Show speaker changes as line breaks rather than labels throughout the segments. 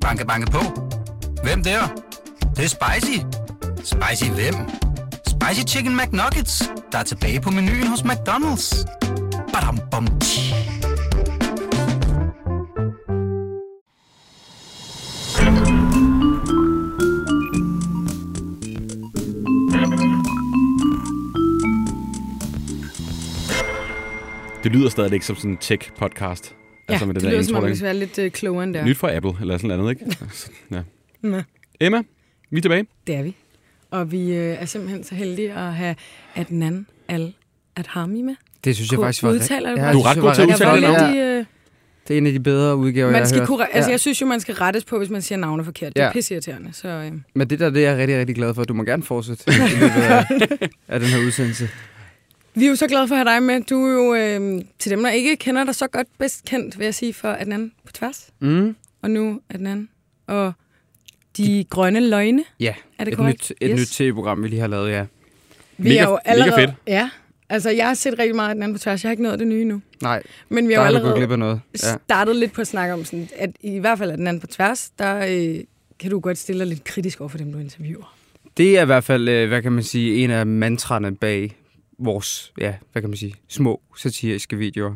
Banke, banke på. Hvem der? Det, er? det er spicy. Spicy hvem? Spicy Chicken McNuggets, der er tilbage på menuen hos McDonald's. Badum, bom, tji.
Det lyder stadigvæk som sådan en tech-podcast.
Ja, altså med det, det der lyder som om, vi skal være lidt øh, klogere end der.
Nyt fra Apple, eller sådan noget, ikke? Altså, ja.
Nå,
Emma, vi er tilbage.
det er vi. Og vi øh, er simpelthen så heldige at have Adnan al Adhami med.
Det synes jeg
Kunne-
faktisk var...
udtaler du det?
jeg
Du er ret
synes, det
god
Altså, var
til at
Jeg
rigtig
udtale
var
det
lidt i,
flot.
øh,
Det er en af de bedre udgaver,
man
jeg
skal
har hørt.
kunne, altså, jeg synes jo, man skal rettes på, hvis man siger navne forkert. Det er
Ja.
pisseirriterende. Så, øh,
Men det der, det er jeg rigtig, rigtig glad for. Du må gerne fortsætte i løbet af, af den her udsendelse.
vi er jo så glade for at have dig med. Du er jo, øh, til dem, der ikke kender dig så godt, bedst kendt, vil jeg sige, for Adnan på tværs.
Mm.
Og nu Adnan. Og de grønne løgne.
Ja,
Er det
et
korrekt?
nyt, et nyt tv-program, vi lige har lavet, ja.
Vi
Mega-
er jo
mega
allerede,
fedt.
Ja, altså jeg har set rigtig meget af den anden på tværs. Jeg har ikke nået det nye endnu.
Nej,
Men vi
der
har jo
er du gået
allerede
glip af noget. Ja.
startet lidt på at snakke om, sådan, at i hvert fald af den anden på tværs, der øh, kan du godt stille dig lidt kritisk over for dem, du interviewer.
Det er i hvert fald, øh, hvad kan man sige, en af mantraerne bag vores, ja, hvad kan man sige, små satiriske videoer.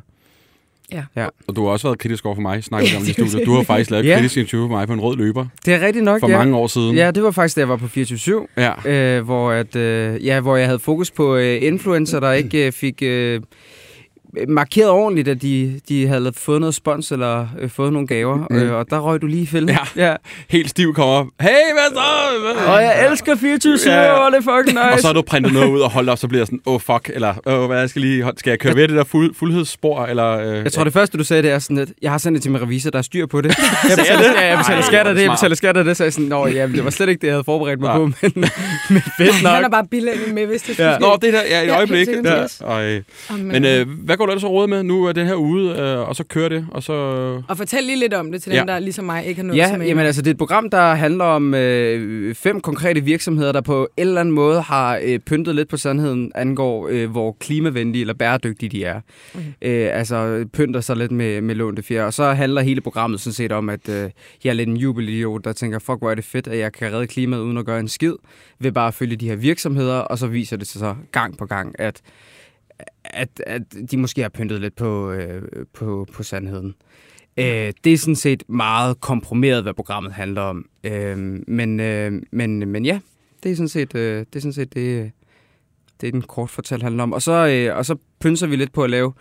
Og du har også været kritisk over for mig, snakker vi
Ja,
om i
det er jo
studiet.
det.
Du har faktisk lavet
Ja.
yeah. kritisk interview for mig på en rød løber
Det er rigtigt nok,
for
ja.
mange år siden.
Ja, det var faktisk, da jeg var på 24
ja.
øh, hvor, at, øh, ja, hvor jeg havde fokus på øh, influencer, der ikke øh, fik øh, markeret ordentligt, at de, de havde fået noget spons eller øh, fået nogle gaver,
Mm.
øh, og der røg du lige i fælden.
Ja.
ja.
Helt stiv kommer op. Hey, hvad så? Hvad-
Og jeg elsker 24 7
Ja.
og det er fucking nice.
Og så har du printet noget ud og holdt op, så bliver jeg sådan, åh oh, fuck, eller åh, hvad jeg skal lige, skal jeg køre ved det der fuld, fuldhedsspor, eller... Øh,
Jeg tror, det første, du sagde, det er sådan lidt, jeg har sendt det til min revisor, der er styr på det. Jeg
Sagde
betaler,
det?
ja, jeg betaler
Ej,
skat af
hvor
det, jeg
smart.
betaler skat af det. Så er jeg sådan, nå ja, men det var slet ikke det, jeg havde forberedt mig
Nej.
på, men, men fedt
Han er
nok.
bare billedet med, hvis det
Ja.
ja.
Nå, det der, ja, et
Ja,
øjeblik.
helt
Ja.
sikkert.
Ej.
oh,
Men øh, hvad går du ellers og råd med? Nu er den her ude, øh, og så kører det, og så...
Og fortæl lige lidt om det til dem,
Ja.
ja. der ligesom mig ikke har nået
Ja,
sig med.
jamen altså, det er et program, der handler om øh, fem konkrete virksomheder, der på en eller anden måde har øh, pyntet lidt på sandheden, angår øh, hvor klimavenlige eller bæredygtige de er. Okay. Øh, altså, pynter sig lidt med, med lånte fjer. Og så handler hele programmet sådan set om, at øh, jeg er lidt en jubelidiot, der tænker, fuck, hvor er det fedt, at jeg kan redde klimaet uden at gøre en skid, ved bare at følge de her virksomheder, og så viser det sig så gang på gang, at at, at de måske har pyntet lidt på, øh, på, på sandheden. Øh, det er sådan set meget komprimeret, hvad programmet handler om. Øh, men, øh, men, men ja, det er sådan set øh, det, er sådan set det, øh, det den kort fortalt handler om. Og så, øh, og så pynser vi lidt på at lave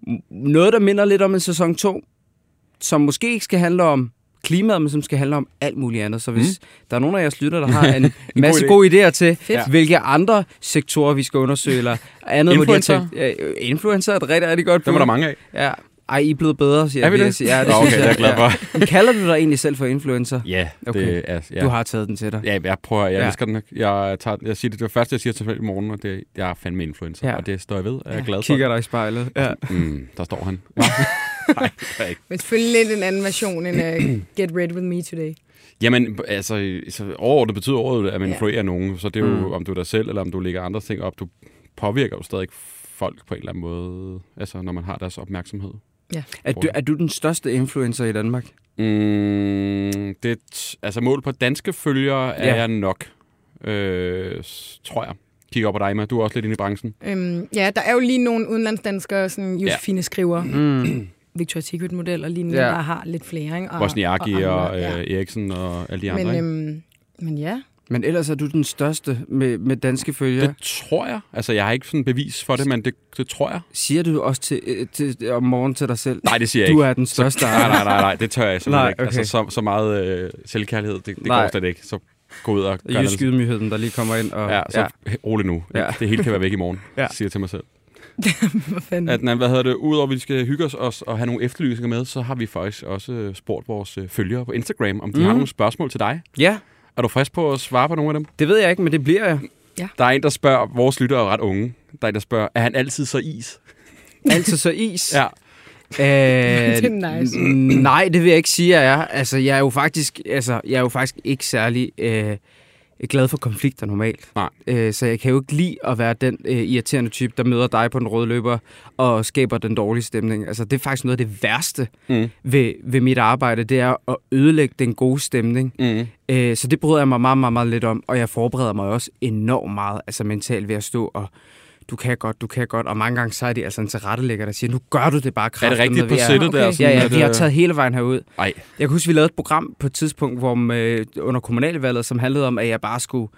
m- noget, der minder lidt om en sæson 2, som måske ikke skal handle om klimaet, men som skal handle om alt muligt andet. Så hvis mm. der er nogen af jeres lytter, der har en, masse
idé.
gode idéer til,
Fedt.
hvilke andre sektorer vi skal undersøge, eller andet, hvor de har
Influencer?
tænkt, øh, influencer er et rigtig, rigtig godt
Det var der mange af.
Ja. Ej, I er blevet bedre, siger
Er vi
jeg. vil
det?
sige. Ja, det
Nå,
synes
okay, jeg er glad for.
Ja. Kalder du dig egentlig selv for influencer?
Ja,
Okay.
det er... Ja.
Du har taget den til dig.
Ja, jeg prøver, jeg
Ja.
ja. elsker den. Jeg, tager, jeg siger det, det første, jeg siger til folk i morgen, og det er, jeg er fandme influencer,
Ja.
ja. og det står jeg ved, og jeg er glad for.
Kigger dig i spejlet. Ja.
Mm, der står han.
Men selvfølgelig lidt en anden version end uh, Get Ready With Me Today.
Jamen, altså, så overordnet betyder ordet, at man
Ja.
influerer nogen, så det er jo, mm. om du er dig selv, eller om du lægger andre ting op. Du påvirker jo stadig folk på en eller anden måde, altså når man har deres opmærksomhed.
Er, du, er du den største influencer i Danmark?
Mm, det, t- altså mål på danske følgere er
Ja.
ja. jeg nok, øh, s- tror jeg. Kigger op på dig, Emma. Du er også lidt inde i branchen.
Øhm, ja, der er jo lige nogle udenlandsdanskere, sådan Josefine ja. skriver,
Mm.
Victoria's Secret model og lignende,
Ja.
ja. der har lidt flere. Ikke? Og,
Bosniaki og, og
andre,
øh, Eriksen og alle de andre.
Men,
ikke?
øhm, men ja,
Men ellers er du den største med, med danske følgere.
Det tror jeg. Altså, jeg har ikke sådan bevis for det, men det, det tror jeg.
Siger du også til, øh, til, om morgenen til dig selv?
Nej, det siger jeg
Du
ikke.
er den største.
Nej, nej, nej, nej, det tør jeg simpelthen
Nej,
nej, ikke. Altså,
okay.
så, så meget øh, selvkærlighed, det, det
Nej.
går slet ikke. Så gå ud og gør
Jysk
det. altså.
ydmygheden, der lige kommer ind. Og,
Ja, så
ja.
ja. rolig nu.
Ja.
Ja. Det hele kan være væk i morgen,
Ja.
ja. siger jeg til mig selv.
hvad fanden.
At, nej, hvad hedder det? Udover at vi skal hygge os, os og have nogle efterlysninger med, så har vi faktisk også øh, spurgt vores øh, følgere på Instagram, om de
Mhm.
har nogle spørgsmål til dig.
ja,
Er du frisk på at svare på nogle af dem?
det ved jeg ikke, men det bliver jeg.
Der er en, der spørger, vores lyttere er ret unge, der er en, der spørger, er han altid så is?
Altid så is.
Ja.
Æh,
Det er nice.
nej, det vil jeg ikke sige, at jeg er. Altså, jeg er jo faktisk, altså, jeg er jo faktisk ikke særlig øh, glad for konflikter normalt.
Nej.
Øh, så jeg kan jo ikke lide at være den øh, irriterende type, der møder dig på den røde løber og skaber den dårlige stemning. Altså, det er faktisk noget af det værste
Mm.
ved, ved mit arbejde, det er at ødelægge den gode stemning.
Mm.
Øh, så det bryder jeg mig meget, meget, meget lidt om, og jeg forbereder mig også enormt meget, altså mentalt ved at stå og du kan godt, du kan godt, og mange gange så er det altså en tilrettelægger, der siger, nu gør du det bare
Er det
kraftigt.
rigtigt på sættet
okay.
der?
Ja,
Ja, ja,
at,
vi har
øh,
taget hele vejen herud.
Ej,
Jeg kan huske, vi lavede et program på et tidspunkt hvor, øh, under kommunalvalget, som handlede om, at jeg bare skulle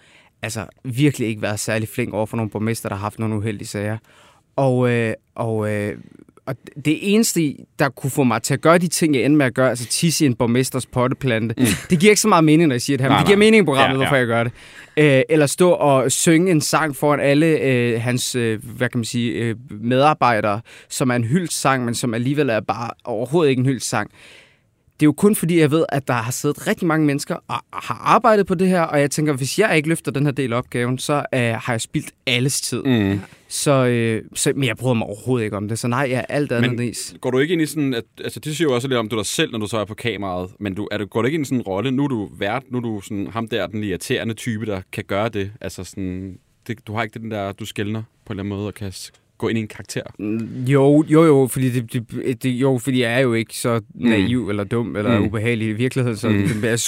altså, virkelig ikke være særlig flink over for nogle borgmester, der har haft nogle uheldige sager. Og, øh, og, øh, og det eneste, der kunne få mig til at gøre de ting, jeg endte med at gøre, altså tisse i en borgmesters potteplante, mm. det giver ikke så meget mening, når jeg siger det her, men
Nej,
det giver
nej.
mening i programmet,
Ja,
ja,
ja.
hvorfor jeg gør det. Øh, eller stå og synge en sang foran alle øh, hans, øh, hvad kan man sige, øh, medarbejdere, som er en hyldssang, men som alligevel er bare overhovedet ikke en hyldssang det er jo kun fordi, jeg ved, at der har siddet rigtig mange mennesker og har arbejdet på det her, og jeg tænker, hvis jeg ikke løfter den her del af opgaven, så øh, har jeg spildt alles tid. Mm.
mm.
Så, øh, så, men jeg bryder mig overhovedet ikke om det, så nej, jeg er alt andet
Men-
men, is.
Går du ikke ind i sådan, at, altså det siger jo også lidt om du er dig selv, når du så er på kameraet, men du, er du, går du ikke ind i sådan en rolle, nu er du vært, nu er du sådan ham der, den irriterende type, der kan gøre det, altså sådan, det, du har ikke den der, du skældner på en eller anden måde, og kan s- gå ind i en karakter.
Jo, jo, jo, fordi, det, det, det, jo, fordi jeg er jo ikke så naiv mm. eller dum eller
Mm.
mm. ubehagelig i virkeligheden, så
Mm.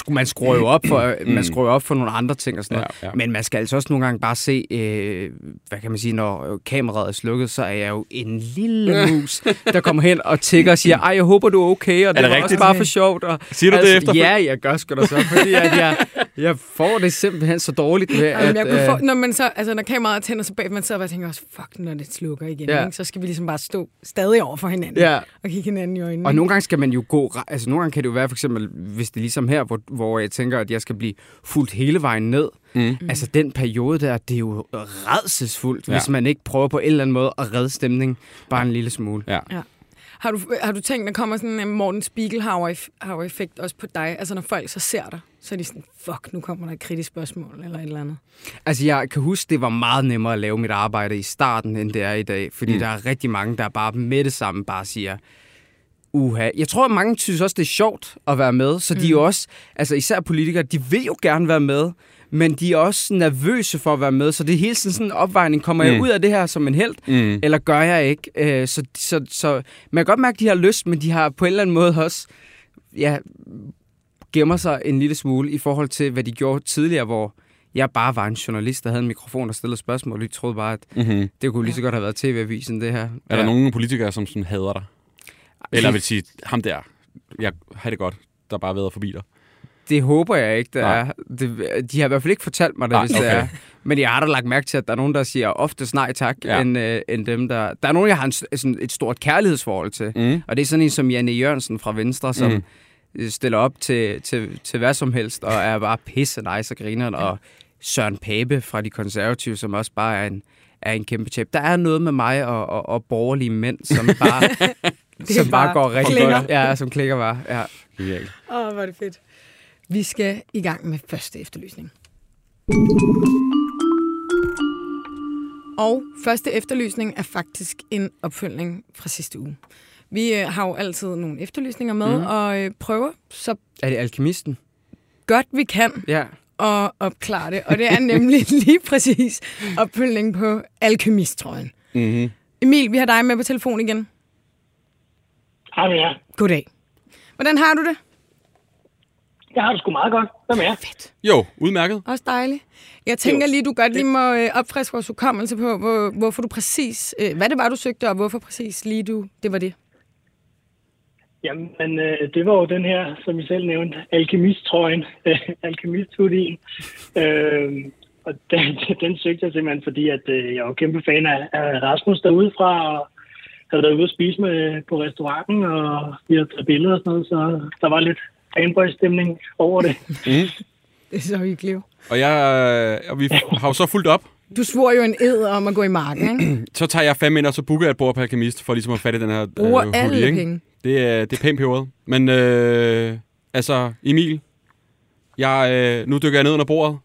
mm. man skruer jo op for,
Mm.
man skruer jo op for nogle andre ting og sådan noget.
ja.
Men man skal altså også nogle gange bare se, øh, hvad kan man sige, når øh, kameraet er slukket, så er jeg jo en lille mus, der kommer hen og tigger og siger, ej, jeg håber, du er okay, og
Er
det,
det
det var også
rigtigt?
bare for sjovt. Og, altså,
Siger du det efterfølgende?
Ja, jeg gør sgu da så, fordi at jeg, jeg får det simpelthen så dårligt med,
Jamen,
at...
jeg kunne få,
øh,
når, man så, altså, når kameraet tænder så bag, man sidder bare og tænker også, fuck, når det slukker igen,
Ja.
ja. så skal vi ligesom bare stå stadig over for hinanden
Ja,
og kigge hinanden i øjnene.
og
ikke?
nogle gange skal man jo gå... re- Altså, nogle gange kan det jo være, for eksempel, hvis det er ligesom her, hvor, hvor jeg tænker, at jeg skal blive fuldt hele vejen ned.
Mm.
Mm. Altså, den periode der, det er jo redselsfuldt, ja. hvis
Ja.
man ikke prøver på en eller anden måde at redde stemningen bare en lille smule.
Ja.
Har du, øh, har du tænkt, der kommer sådan en øh, Morten Spiegelhauer-effekt også på dig? Altså når folk så ser dig, så er de sådan, fuck, nu kommer der et kritisk spørgsmål eller et eller andet.
Altså, jeg kan huske, det var meget nemmere at lave mit arbejde i starten, end det er i dag. Fordi mm. der er rigtig mange, der bare med det samme bare siger, uha. Jeg tror, at mange synes også, det er sjovt at være med. Så mm. de er jo også, altså især politikere, de vil jo gerne være med. Men de er også nervøse for at være med. Så det er hele tiden sådan en opvejning. Kommer mm.
Mm.
jeg ud af det her som en held,
Mm.
eller gør jeg ikke? Øh, så, så, så man kan godt mærke, at de har lyst, men de har på en eller anden måde også ja, gemmer sig en lille smule i forhold til, hvad de gjorde tidligere, hvor jeg bare var en journalist, der havde en mikrofon og stillede spørgsmål, og de troede bare, at
Mm-hmm.
det kunne lige så godt have været tv-avisen, det her. Er
Er der nogen politikere, som sådan hader dig? Eller vil sige, ham der, jeg har det godt, der bare været forbi dig.
Det håber jeg ikke, der
Nej.
er. Det, de har i hvert fald ikke fortalt mig det,
Nej,
hvis det
okay.
er. Men jeg har da lagt mærke til, at der er nogen, der siger oftest nej tak,
Ja.
ja. end, øh, end dem, der... Der er nogen, jeg har en, s- sådan et stort kærlighedsforhold til.
Mm.
Og det er sådan en som Janne Jørgensen fra Venstre, som
Mm.
mm. stiller op til, til, til hvad som helst, og er bare pisse nice og griner. Og Søren Pape fra De Konservative, som også bare er en, er en kæmpe chef. Der er noget med mig og, og, og borgerlige mænd, som bare, som bare
bare
går rigtig
klinger.
godt. Ja, som klikker bare. Ja.
Genialt.
Åh, hvor er det fedt. Vi skal i gang med første efterlysning. Og første efterlysning er faktisk en opfølgning fra sidste uge. Vi øh, har jo altid nogle efterlysninger med, mm. og øh, prøver så
Er det alkemisten?
godt vi kan
Ja.
at opklare det. Og det er nemlig lige præcis opfølgningen på alkemisttrøjen.
Mm-hmm.
Emil, vi har dig med på telefon igen.
Har det, ja.
Goddag. Hvordan har du det?
Jeg har det sgu meget godt. Hvem er jeg?
Fedt.
Jo, udmærket.
Også dejligt. Jeg tænker lige, du godt lige må øh, opfriske vores hukommelse på, hvor, hvorfor du præcis... Øh, hvad det var, du søgte, og hvorfor præcis lige du... Det var det.
Jamen, øh, det var jo den her, som I selv nævnte, alkemisttrøjen, øh, alkemiststudien. Øh, og den, den søgte jeg simpelthen, fordi at, øh, jeg var kæmpe fan af, af Rasmus derudefra, og havde været ude at spise med på restauranten, og vi havde taget billeder og sådan noget, så der var lidt fanboy-stemning over det.
Det er så hyggeligt.
Og, jeg, og vi har jo så fulgt op.
Du svor jo en ed om at gå i marken, ikke?
Så tager jeg fandme ind, og så booker jeg et bord på Alkemist, for ligesom at fatte den her øh,
Bruger
hul i,
alle
ikke?
penge.
Det er, det er pænt peberet. Men øh, altså, Emil, jeg, øh, nu dykker jeg ned under bordet.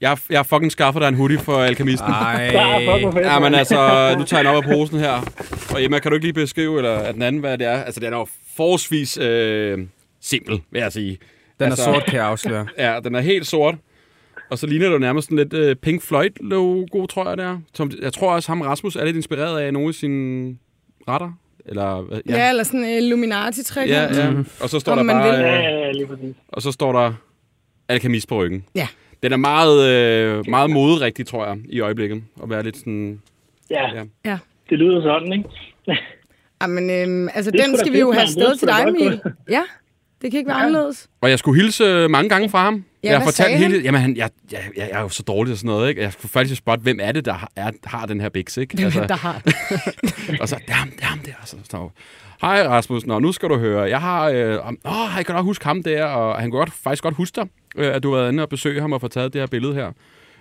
Jeg, jeg fucking skaffer dig en hoodie for alkemisten.
Ej.
Ja, fuck, hvor fedt.
Ja, men altså, nu tager jeg den op af posen her. Og Emma, kan du ikke lige beskrive, eller at den anden, hvad det er? Altså, den er jo forholdsvis øh, simpel, vil jeg sige.
Den er
altså,
sort, kan jeg afsløre.
Ja, den er helt sort. Og så ligner det jo nærmest sådan lidt øh, Pink Floyd-logo, tror jeg, det er. Som, jeg tror også, ham Rasmus er lidt inspireret af nogle af sine retter. Eller, hvad-
Ja, ja eller sådan øh, en Illuminati-træk.
ja, ja.
Mm-hmm.
Og så står
Om
der
man vil.
bare... Øh,
Ja, lige præcis.
og så står der alkemist på ryggen.
Ja.
Den er meget, øh, meget moderigtig, tror jeg, i øjeblikket. At være lidt sådan...
Ja,
Ja.
ja.
det lyder sådan, ikke?
Jamen, øhm, altså,
Det er
den
sgu da
skal vi
fedt,
jo have
mand. Det er
afsted
sgu
til
da
dig,
godt
Emil. Ja, det kan ikke være anderledes.
Og jeg skulle hilse øh, mange gange fra ham.
Ja,
jeg
hvad sagde han?
Jamen, han, jeg, jeg, jeg, er jo så dårlig og sådan noget, ikke? Jeg skulle faktisk spotte, hvem er det, der har, er, har den her biks, ikke?
Hvem altså, der har det?
Og så, det er ham, det er ham der. Og så, så, Hej Rasmus, nå, nu skal du høre. Jeg har, øh, om- åh, jeg kan nok huske ham der, og han kunne godt, faktisk godt huske dig, øh, at du har været inde og besøge ham og få taget det her billede her.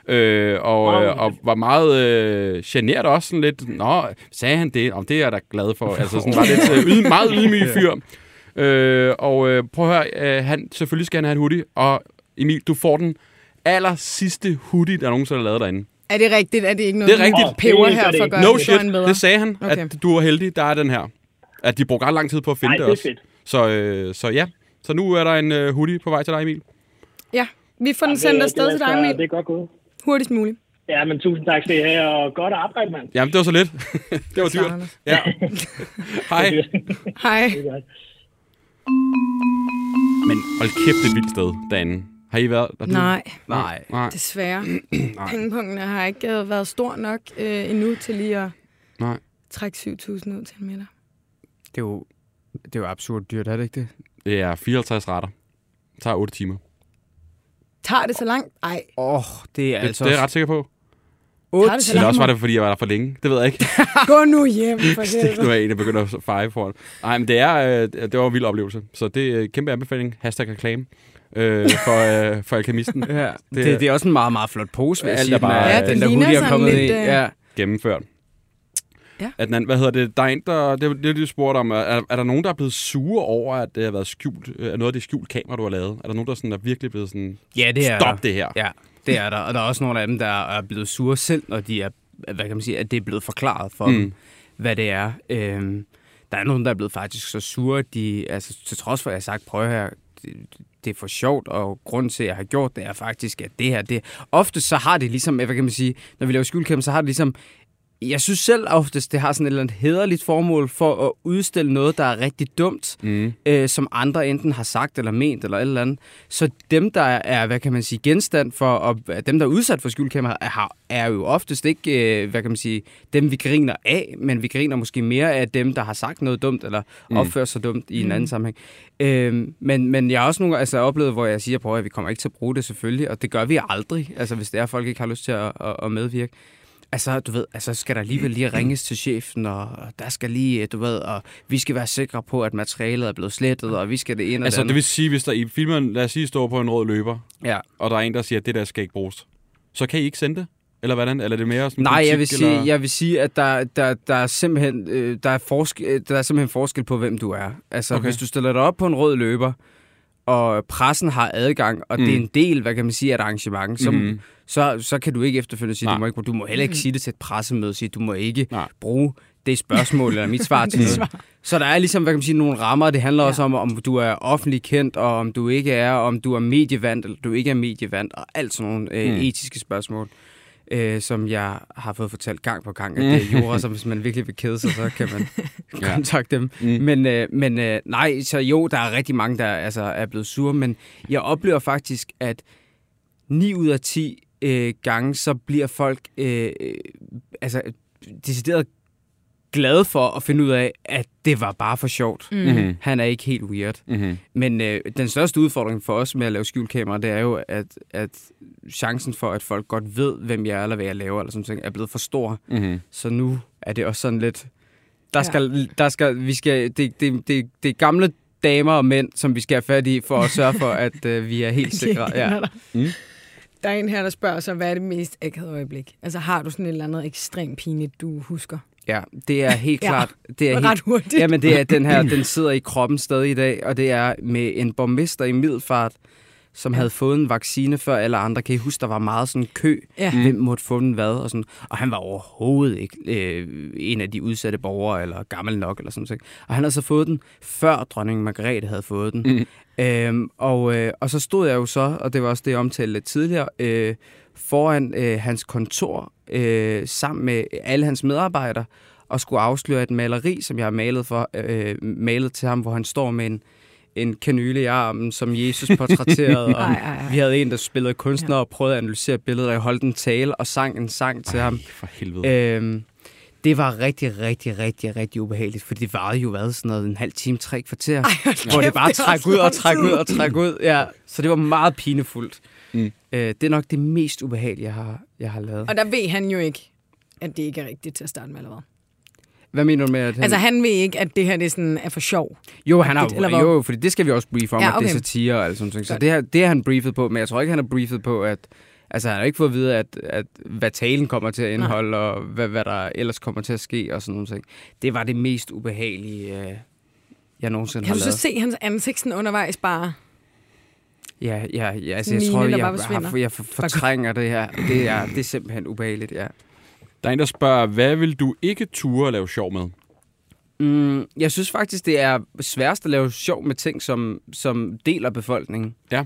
Øh, og, øh, og var meget øh, generet også sådan lidt, nå, sagde han det? Om det er jeg da glad for. Altså sådan var lidt øh, yd, meget ydmyg fyr. Øh, og øh, prøv at høre, øh, han, selvfølgelig skal han have en hoodie, og Emil, du får den aller sidste hoodie, der nogensinde er lavet derinde.
Er det rigtigt? Er det ikke noget,
Det er rigtigt.
du peber
Det er
her for at
det
gøre
No
det
shit,
for en bedre?
det sagde han, okay.
Okay.
at du er heldig, der er den her. At de brugte ret lang tid på at finde
Ej,
det
det er
også.
fedt.
Så, øh, så ja, så nu er der en øh, hoodie på vej til dig, Emil.
Ja, vi får den sendt
Det-
afsted
det
til
er
dig,
altså- Det
Emil.
er godt gået.
Hurtigst muligt.
Ja, men tusind tak skal I have, og godt arbejde, mand.
Jamen, det var så lidt. det var
klarer
dyrt.
Anders.
Ja. Hej.
Hej.
Men hold kæft, det er et vildt sted derinde. Har I været? Har du-
Nej,
Nej.
Nej.
desværre. Pengepunkten har ikke øh, været stor nok øh, endnu til lige at
Nej.
trække 7.000 ud til en middag.
Det er jo, det er jo absurd dyrt, er det ikke det?
Det er 54 retter. Det tager 8 timer.
Tager det så langt? Nej.
Åh, oh, det er
Det,
altså
det er jeg ret sikker på.
Tager det så
Eller
langt?
også var det, fordi jeg var der for længe. Det ved jeg ikke.
Gå nu hjem, for
Stik nu
helvede.
af en, der begynder at feje foran. Nej, men det, er, øh, det var en vild oplevelse. Så det er øh, kæmpe anbefaling. Hashtag reklame øh, for, øh, for alkemisten.
Ja, det,
Det er-
det, det, er også en meget, meget flot pose, vil jeg
Alt
sige.
er bare- Ja, den
den der
ligner
hoodie er
sådan
kommet
lidt,
i.
øh,
Ja.
gennemført.
Ja.
At den anden, hvad hedder det? Der er en, der, det, er- det, er det du spurgte om. Er, er der nogen, der er blevet sure over, at det har været skjult? øh, Er noget af det skjult kamera, du har lavet? Er der nogen, der sådan er virkelig blevet sådan...
ja, det er
Stop
der.
det her.
Ja, det er der. Og der er også nogle af dem, der er blevet sure selv, når de er, hvad kan man sige, at det er blevet forklaret for mm. dem, hvad det er. Øhm, der er nogen, der er blevet faktisk så sure, at de, altså til trods for, at jeg har sagt, prøv her, det, det er for sjovt, og grunden til, at jeg har gjort det, er faktisk, at det her, det... Ofte så har det ligesom, hvad kan man sige, når vi laver skyldkæmpe, så har det ligesom jeg synes selv oftest, det har sådan et eller andet hederligt formål for at udstille noget, der er rigtig dumt, mm. øh, som andre enten har sagt eller ment eller et eller andet. Så dem, der er, hvad kan man sige, genstand for, og dem, der er udsat for skyldkamera, er, er jo oftest ikke, øh, hvad kan man sige, dem vi griner af, men vi griner måske mere af dem, der har sagt noget dumt eller mm. opført sig dumt i en anden sammenhæng. Øh, men, men jeg har også nogle altså, oplevet, hvor jeg siger, prøv at vi kommer ikke til at bruge det selvfølgelig, og det gør vi aldrig, altså hvis det er, at folk ikke har lyst til at, at, at medvirke. Altså, du ved, altså skal der alligevel lige ringes til chefen, og og der skal lige, øh, du ved, og vi skal være sikre på, at materialet er blevet slettet, og vi skal det ene og
Altså,
det
det
andet.
vil sige, hvis der i filmen, lad os sige, står på en rød løber,
Ja.
og der er en, der siger, at det der skal ikke bruges, så kan I ikke sende det? Eller hvordan? Eller er det mere sådan
Nej,
politik,
jeg vil, sige,
eller?
jeg vil sige, at der, der, der, er simpelthen, øh, der, er forske, øh, der er simpelthen forskel på, hvem du er. Altså,
Okay.
okay. hvis du stiller dig op på en rød løber, og pressen har adgang, og mm. det er en del, hvad kan man sige, af et arrangement, så, mm. så, så kan du ikke efterfølgende sige,
Mhm. Nej.
du må, ikke, du må heller ikke sige det til et pressemøde, og sige, du må ikke
Nej.
Nej. bruge det spørgsmål eller mit svar til noget. Så der er ligesom, hvad kan man sige, nogle rammer, og det handler ja. også om, om du er offentlig kendt, og om du ikke er, og om du er medievandt, eller du ikke er medievandt, og alt sådan nogle
Mm.
øh, etiske spørgsmål øh, som jeg har fået fortalt gang på gang, at det er jura, som hvis man virkelig vil kede sig, så kan man kontakte dem. Mm. Men, øh, men øh, nej, så jo, der er rigtig mange, der altså, er blevet sure, men jeg oplever faktisk, at 9 ud af 10 øh, gange, så bliver folk øh, øh, altså, decideret glade for at finde ud af, at det var bare for sjovt. Mm. Han er ikke helt weird.
Mhm.
Men øh, den største udfordring for os med at lave skjulkamera, det er jo, at, at chancen for, at folk godt ved, hvem jeg er, eller hvad jeg laver, eller sådan noget, er blevet for stor.
Mhm.
Så nu er det også sådan lidt... Der
Ja.
skal, der skal, vi skal, det, det, det, det er gamle damer og mænd, som vi skal have fat i, for at sørge for, at øh, vi er helt sikre. Ja. Mm.
Der er en her, der spørger sig, hvad er det mest akavede øjeblik? Altså, har du sådan et eller andet ekstremt pinligt, du husker?
ja, det er helt
Ja.
klart. Det er
Ret
helt,
hurtigt.
Jamen, det er den her, den sidder i kroppen stadig i dag, og det er med en borgmester i Middelfart, som havde fået en vaccine før alle andre. Kan I huske, der var meget sådan kø?
Ja.
Hvem måtte få den hvad? Og, sådan. og han var overhovedet ikke øh, en af de udsatte borgere, eller gammel nok, eller sådan noget. Og han havde så fået den, før dronning Margrethe havde fået den. Mm. Øhm, og, øh, og så stod jeg jo så, og det var også det, jeg omtalte lidt tidligere, øh, foran øh, hans kontor øh, sammen med alle hans medarbejdere og skulle afsløre et maleri, som jeg har malet, for, øh, malet til ham, hvor han står med en, en kanyle i armen, som Jesus portrætterede. og
Ej, ej, ej.
Vi havde en, der spillede kunstner og prøvede at analysere billedet, og jeg holdt en tale og sang en sang til ham.
Ej, for helvede. Øh.
Øhm, det var rigtig, rigtig, rigtig, rigtig ubehageligt, for det varede jo hvad, sådan noget, en halv time, tre kvarter, Ej, hvor det bare
det er
træk
også
ud og
lang
træk ud
tid.
og træk ud. Ja, så det var meget pinefuldt. Mm. Øh, det er nok det mest ubehagelige, jeg har, jeg har lavet.
Og der ved han jo ikke, at det ikke er rigtigt til at starte med, eller hvad?
Hvad mener du med, at han...
Altså, han ved ikke, at det her det er, sådan, er for sjov.
jo, han har,
eller hvad?
jo, fordi det skal vi også briefe om,
Ja,
ja, okay. at
okay.
det er satire og alt sådan noget. Så det, her, det er han briefet på, men jeg tror ikke, han er briefet på, at... Altså, han har ikke fået at vide, at, at hvad talen kommer til at indeholde, Nej. og hvad, hvad der ellers kommer til at ske, og sådan nogle ting. Det var det mest ubehagelige, øh, jeg nogensinde
Kan
har
du så
lavet.
se hans ansigt sådan undervejs bare?
Ja, ja, ja altså,
Sådan
jeg
en
tror,
mine,
jeg,
der
jeg,
bare forsvinder.
har, jeg for- fortrænger det her. Det er, det er simpelthen ubehageligt, ja.
Der er en, der spørger, hvad vil du ikke ture at lave sjov med?
Mm, jeg synes faktisk, det er sværest at lave sjov med ting, som, som deler befolkningen.
Ja.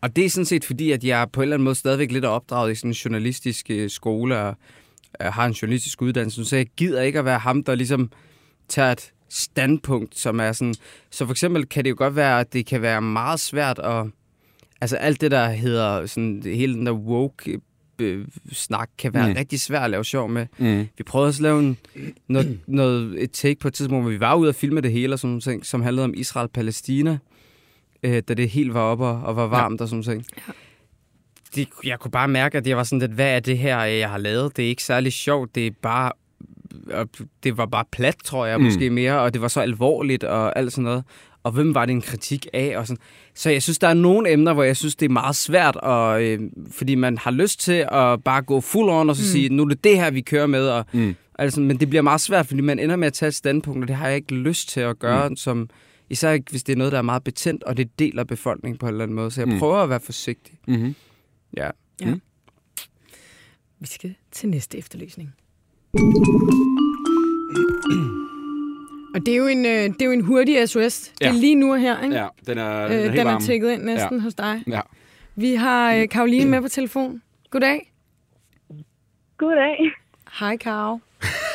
Og det er sådan set fordi, at jeg på en eller anden måde stadigvæk lidt er opdraget i sådan en journalistisk øh, skole og øh, har en journalistisk uddannelse, så jeg gider ikke at være ham, der ligesom tager et standpunkt, som er sådan... Så for eksempel kan det jo godt være, at det kan være meget svært at... Altså alt det, der hedder sådan hele den der woke øh, snak, kan være
Mm.
mm. rigtig svært at lave sjov med.
Mm.
Vi prøvede også at lave en, noget, noget, et take på et tidspunkt, hvor vi var ude og filme det hele, og sådan nogle ting, som handlede om Israel-Palæstina, øh, da det helt var oppe og, og var varmt og sådan nogle ting. Det, jeg kunne bare mærke, at jeg var sådan lidt, hvad er det her, øh, jeg har lavet? Det er ikke særlig sjovt, det er bare og det var bare plat, tror jeg, mm. måske mere, og det var så alvorligt og alt sådan noget. Og hvem var det en kritik af? Og sådan. Så jeg synes, der er nogle emner, hvor jeg synes, det er meget svært, og, øh, fordi man har lyst til at bare gå full on og så mm. sige, nu er det det her, vi kører med. Og, mm. altså, men det bliver meget svært, fordi man ender med at tage et standpunkt, og det har jeg ikke lyst til at gøre, mm. som, især ikke, hvis det er noget, der er meget betændt, og det deler befolkningen på en eller anden måde. Så jeg mm. prøver at være forsigtig.
Mm-hmm.
Ja.
Mm.
Vi skal til næste efterlysning. Og det er jo en, øh, det er jo en hurtig SOS. Det er
Ja.
lige nu og her, ikke?
Ja, den er, øh, den er
Mm. øh,
helt
den er
varm.
tækket ind næsten ja. hos dig.
Ja.
Vi har øh, Karoline med på telefon. Goddag.
Goddag.
Hej, Karo.
Ej,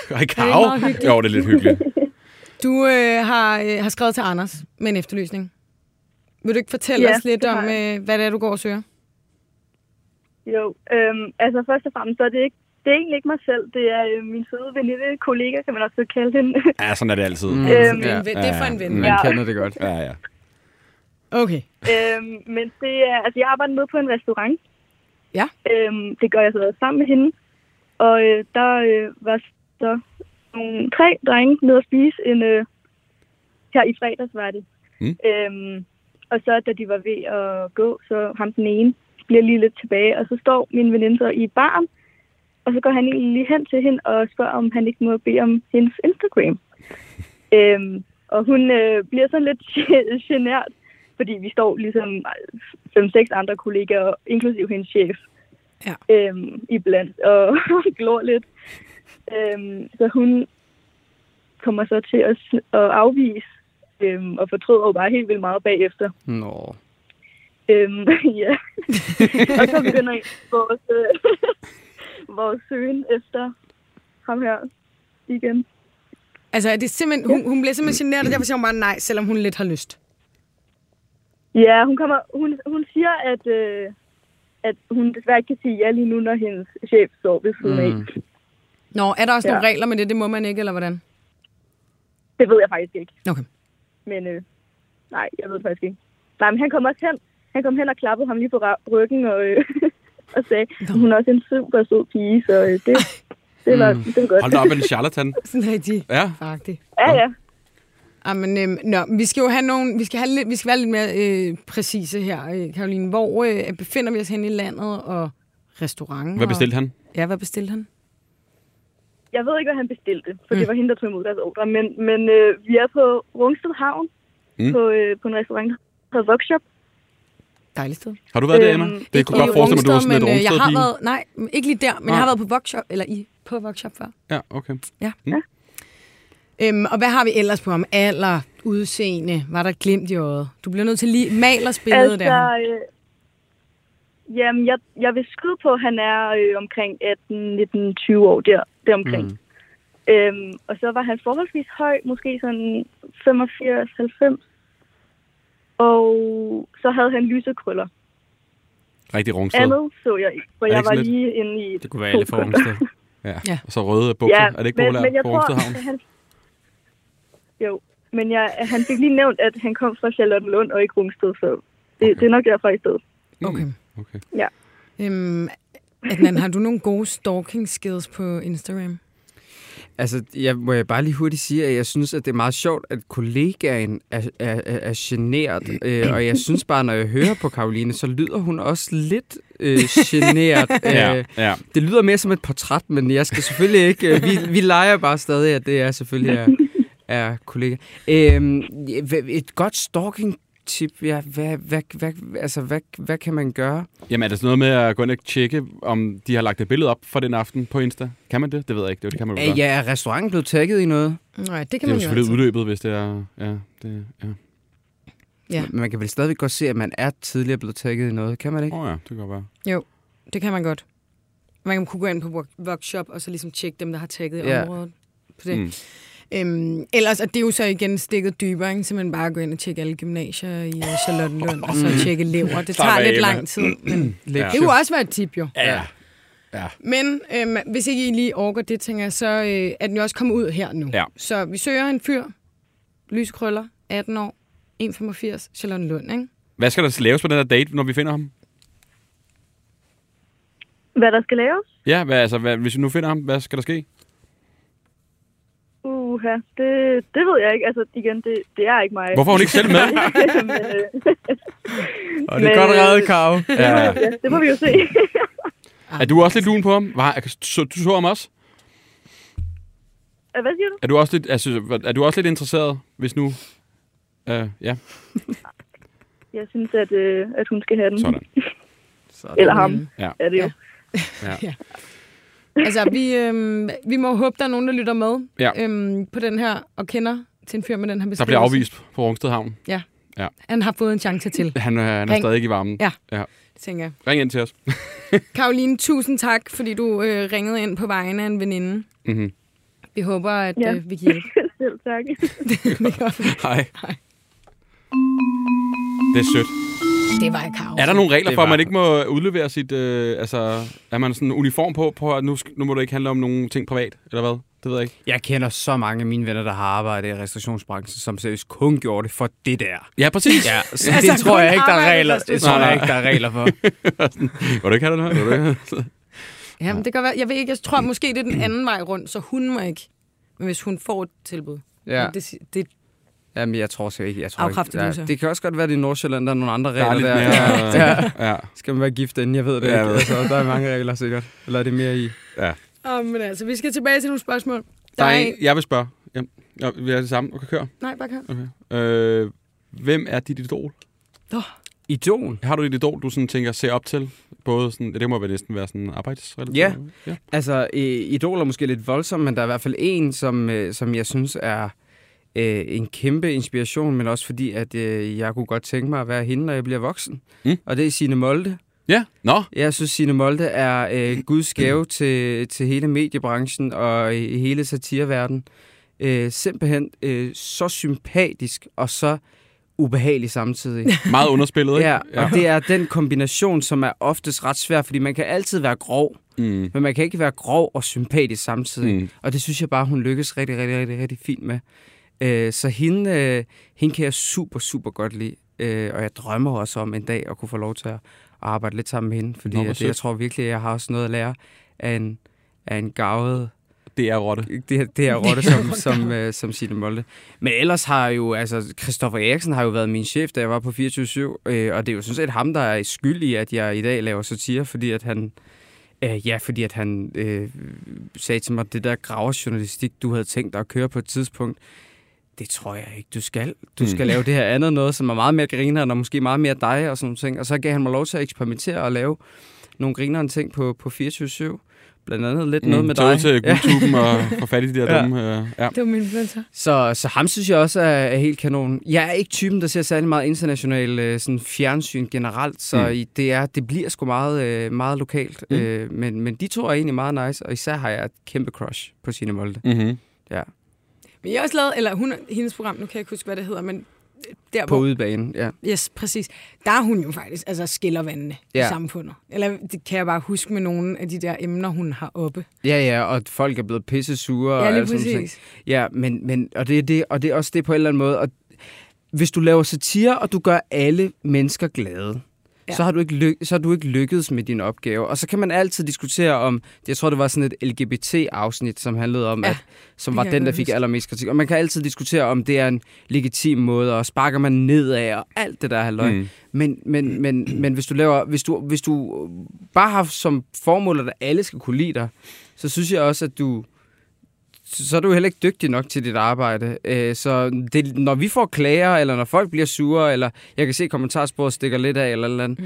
Det er
Karo.
meget hyggeligt.
Jo, det er lidt hyggeligt.
Du øh, har, øh, har skrevet til Anders med en efterlysning. Vil du ikke fortælle
Ja,
os lidt
det har Øhm,
om, øh, hvad det er, du går og søger?
Jo, øhm, altså først og fremmest, så er det ikke det er egentlig ikke mig selv. Det er øh, min søde veninde kollega, kan man også godt kalde hende.
Ja, sådan er det altid.
Mm.
Øhm,
ja.
Det er for en ven.
Man
Ja.
kender det godt.
Ja, ja.
Okay.
øhm, men det er, altså jeg arbejder med på en restaurant.
Ja.
Øhm, det gør jeg så sammen med hende. Og øh, der øh, var så nogle tre drenge nede at spise en, øh, her i fredags var det.
Mm.
Øhm, og så da de var ved at gå, så ham den ene bliver lige lidt tilbage, og så står min veninde så i baren, og så går han egentlig lige hen til hende og spørger, om han ikke må bede om hendes Instagram. øhm, og hun øh, bliver sådan lidt genert, fordi vi står ligesom 5-6 andre kollegaer, inklusiv hendes chef,
Ja.
øhm, iblandt, og glor lidt. Øhm, så hun kommer så til at, sn- at afvise øhm, og fortryder jo bare helt vildt meget bagefter.
Nå.
Øhm, ja. og så begynder vores, øh, vores søgen efter ham her igen.
Altså, er det simpelthen, hun, hun bliver simpelthen
Mm.
generet, og derfor siger hun bare nej, selvom hun lidt har lyst.
Ja, hun, kommer, hun, hun siger, at, øh, at hun desværre ikke kan sige ja lige nu, når hendes chef står ved siden af.
Mm.
Nå, er der også ja.
Ja.
nogle regler med det? Det må man ikke, eller hvordan?
Det ved jeg faktisk ikke.
Okay.
Men øh, nej, jeg ved det faktisk ikke. Nej, men han kom også hen. Han kom hen og klappede ham lige på ra- ryggen og, øh, og sagde,
Nå.
hun er også en super sød pige, så øh, det, det, var, det var godt.
Hold da op med en charlatan.
Sådan rigtig.
Ja.
Faktisk.
Ja, ja.
Jamen, øhm, nå, men vi skal jo have nogle, vi skal, have lidt, vi skal være lidt mere øh, præcise her, øh, Karoline. Hvor øh, befinder vi os henne i landet, og restauranten?
Hvad bestilte han?
Ja, hvad bestilte han?
Jeg ved ikke, hvad han bestilte, for mm. det var hende, der tog imod deres ordre. Men, men øh, vi er på Rungsted Havn,
Mm.
mm. på, øh, på en restaurant, der hedder Vokshop.
Dejligt sted.
Har du været der, Emma?
Øhm,
Det kunne
Ikke
godt
i
forestille mig, du var
Rungsted,
sådan et
men, øh, jeg har
rungsted
været, Nej, ikke lige der,
Nej.
men
Mm.
jeg har været på workshop, eller i, på workshop før.
Ja, okay.
Ja.
Mm.
Øhm, og hvad har vi ellers på ham? Alder, udseende, var der et glimt i øjet? Du bliver nødt til lige malers billede altså... der.
øh, jamen, jeg, jeg vil skyde på, at han er øh, omkring 18, 19, 20 år der, deromkring. Mm. Øhm, og så var han forholdsvis høj, måske sådan 85, 90. Og så havde han lyse krøller.
Rigtig rungsted.
Andet så jeg ikke, for
Er det
jeg
ikke
var
sådan lidt-
lige inde i...
Det kunne være alle
to
forhånds det.
Ja.
Ja.
ja. Og så røde bukser. er det ikke populært
jeg
på
tror,
Rungsted Havn?
at han... Jo, men jeg, han fik lige nævnt, at han kom fra Charlottenlund og ikke Rungsted, så det, okay. det er nok derfor i stedet.
Okay.
Okay.
Øhm, Adnan, har du nogle gode stalking skills på Instagram?
Altså, jeg må jeg bare lige hurtigt sige, at jeg synes, at det er meget sjovt, at kollegaen er, er, er, er generet. Øh, og jeg synes bare, når jeg hører på Karoline, så lyder hun også lidt øh, generet. Øh,
Ja, ja.
Det lyder mere som et portræt, men jeg skal selvfølgelig ikke... Øh, vi, vi leger bare stadig, at det er selvfølgelig er, er kollega. Øhm, ja, hva- et godt stalking-tip, ja, hvad, hvad, hvad, altså, hvad, hvad kan man gøre?
Jamen, er der sådan noget med at gå ind og tjekke, om de har lagt et billede op for den aften på Insta? Kan man det? Det ved jeg ikke. Det, er jo- det kan man jo
Er,
godt.
ja, er restauranten blevet tagget i noget?
Nej, det kan
Det er jo
man jo
selvfølgelig
altid.
udløbet, hvis det er... Ja, det, ja.
Ja,
Men man kan vel stadigvæk godt se, at man er tidligere blevet tagget i noget, kan man ikke?
Åh oh, ja, det kan godt være.
det kan man godt. Man kan kunne gå ind på work- workshop og så ligesom tjekke dem, der har tagget i
Ja.
området. På det.
Mm.
Mm. Øhm, ellers, og det er jo så igen stikket dybere, ikke? simpelthen bare gå ind og tjekke alle gymnasier i øh, Charlottenlund, og så tjekke elever. Det
Slap Mm.
tager
af,
lidt
Emma.
lang tid, men
Læg
Ja.
det kunne også være et tip jo.
Ja.
Men øhm, hvis ikke I lige orker det, tænker jeg, så øh, er den jo også kommet ud her nu.
Ja.
Så vi søger en fyr, lyskrøller, 18 år, 1,85, Charlotte Lund, ikke?
Hvad skal der laves på den her date, når vi finder ham?
Hvad der skal laves?
Ja, hvad, altså, hvad, hvis vi nu finder ham, hvad skal der ske?
Uha, det, det ved jeg ikke. Altså igen, det, det er ikke mig.
Hvorfor er hun ikke selv med?
men, øh,
Og
det er Men- godt reddet,
Karo.
ja.
ja, det må vi jo se.
Er du også lidt lun på ham? Var, altså, så, du så ham også?
Hvad siger du?
Er du også lidt, altså, er du også lidt interesseret, hvis nu... Uh, ja,
Jeg synes, at, øh, at hun skal have den.
sådan.
Eller ham,
Ja.
er det jo.
Altså, vi, øhm, vi må håbe, der er nogen, der lytter med
Ja.
øhm, på den her, og kender til en fyr med den her beskrivelse.
Der bliver afvist på Rungsted Havn.
Han har fået en chance til,
Han, øh, han er
Ring.
stadig ikke i varmen.
Ja.
ja.
tænker jeg.
Ring ind til os.
Karoline, tusind tak, fordi du øh, ringede ind på vegne af en veninde.
Mhm.
Vi håber, at
Ja.
øh, vi kan hjælpe.
Selv tak.
Hej. Det er sødt.
Det var Karoline.
Er der nogle regler
Det
for, at
var-
man ikke må udlevere sit... Øh, altså, er man sådan uniform på, på at nu, sk- nu må det ikke handle om nogen ting privat, eller hvad? Det ved jeg ikke.
Jeg kender så mange af mine venner, der har arbejdet i restaurationsbranchen, som seriøst kun gjorde det for det der.
Ja, præcis.
Ja, så
Altså,
altså, det tror
kun
jeg ikke, der er
arbejde i
regler, det tror
restaurant.
jeg ikke, der er regler for.
Var du ikke have den her? Var du ikke?
Jamen, det kan være. Jeg ved ikke, jeg tror måske, det er den anden vej rundt, så hun må ikke. Men hvis hun får et tilbud.
Ja.
Men Det, si- det,
Jamen, jeg tror slet ikke. Jeg tror
Afkræfter
ikke.
du
Ja,
så?
det kan også godt være, at i Nordsjælland der er nogle andre
Der er
regler
lidt
der.
mere...
Ja.
Ja.
Skal man være gift inden? Jeg ved
Ja,
det ja,
jeg
ikke.
ved det.
Altså, der er mange regler sikkert. Eller er det mere i?
Åh, men altså, vi skal tilbage til nogle spørgsmål.
Der er
Nej,
en, jeg vil spørge. Ja, ja, vi er det samme. Okay, kør.
nej, bare kan.
Okay. Øh, hvem er dit idol?
Idol?
Har du et idol, du sådan tænker ser op til? Både sådan, det må vel næsten være sådan arbejdsrelateret.
Ja.
ja.
Altså, øh, idol er måske lidt voldsomt, men der er i hvert fald en, som, øh, som jeg synes er øh, en kæmpe inspiration, men også fordi, at øh, jeg kunne godt tænke mig at være hende, når jeg bliver voksen.
Mm.
Og det er Signe Molde.
Ja, nå.
Jeg synes, Signe Molde er øh, guds gave til, til hele mediebranchen og i hele satireverdenen. Øh, simpelthen øh, så sympatisk og så ubehagelig samtidig.
Meget underspillet, ikke?
ja, og det er den kombination, som er oftest ret svær, fordi man kan altid være grov,
Mm.
men man kan ikke være grov og sympatisk samtidig.
Mm.
Mm. Og det synes jeg bare, hun lykkes rigtig, rigtig, rigtig, rigtig fint med. Øh, så hende, øh, hende kan jeg super, super godt lide. Øh, og jeg drømmer også om en dag at kunne få lov til at arbejde lidt sammen med hende. Fordi
Nå,
Nå,
hvor
det,
sødt.
jeg tror virkelig, jeg har også noget at lære af en, af en gavet
Det er rotte.
det, det her rotte, som, som, øh, som Signe Molde. Men ellers har jo, altså, Christoffer Eriksen har jo været min chef, da jeg var på 24-7, øh, og det er jo sådan set ham, der er skyld i, at jeg i dag laver satire, fordi at han, øh, ja, fordi at han øh, sagde til mig, det der graverjournalistik, du havde tænkt dig at køre på et tidspunkt, det tror jeg ikke, du skal. Du skal lave det her andet noget, som er meget mere grinerende, og måske meget mere dig og sådan nogle ting. Og så gav han mig lov til at eksperimentere og lave nogle grinerende ting på, på 24-7. Blandt andet lidt mm, noget med
tag
dig.
ud Hmm, til guldtuben og få fat i de der
Ja.
ja. dumme... Øh, ja.
Det var min influencer.
Så, så ham synes jeg også er, er helt kanon. Jeg er ikke typen, der ser særlig meget international øh, sådan fjernsyn generelt, så
Mm.
mm. det, er, det bliver sgu meget, øh, meget lokalt.
Mm.
Mm. Øh, men, men de to er egentlig meget nice, og især har jeg et kæmpe crush på Signe Molde.
Mm.
Mm-hmm.
Ja,
Men jeg har også lavet, eller hun, hendes program, nu kan jeg ikke huske, hvad det hedder, men øh, der
på
hvor,
udebanen, ja.
yes, præcis, der er hun jo faktisk, altså skiller vandene ja. i
Ja.
samfundet. Eller det kan jeg bare huske med nogle af de der emner, hun har oppe.
Ja, ja, og folk er blevet pisse sure.
ja,
og
lige
alt sådan nogle ting.
præcis.
Ja, men, men og, det er det, og det er også det på en eller anden måde. Og hvis du laver satire, og du gør alle mennesker glade,
Ja.
ja. så, har du ikke lyk, så har du ikke lykkedes med din opgave. Og så kan man altid diskutere om, jeg tror, det var sådan et LGBT-afsnit, som handlede om,
Ja,
ja, at, som
det
var
kan
den,
jeg
der
godt
fik
huske.
allermest kritik. Og man kan altid diskutere, om det er en legitim måde, og sparker man nedad, og alt det der halvøj.
Mm.
Mm. Men, men, men, men hvis, du laver, hvis, du, hvis du bare har som formål, at alle skal kunne lide dig, så synes jeg også, at du så er du heller ikke dygtig nok til dit arbejde. Øh, Så det, når vi får klager, eller når folk bliver sure, eller jeg kan se kommentarsporet stikker lidt af, eller et eller andet,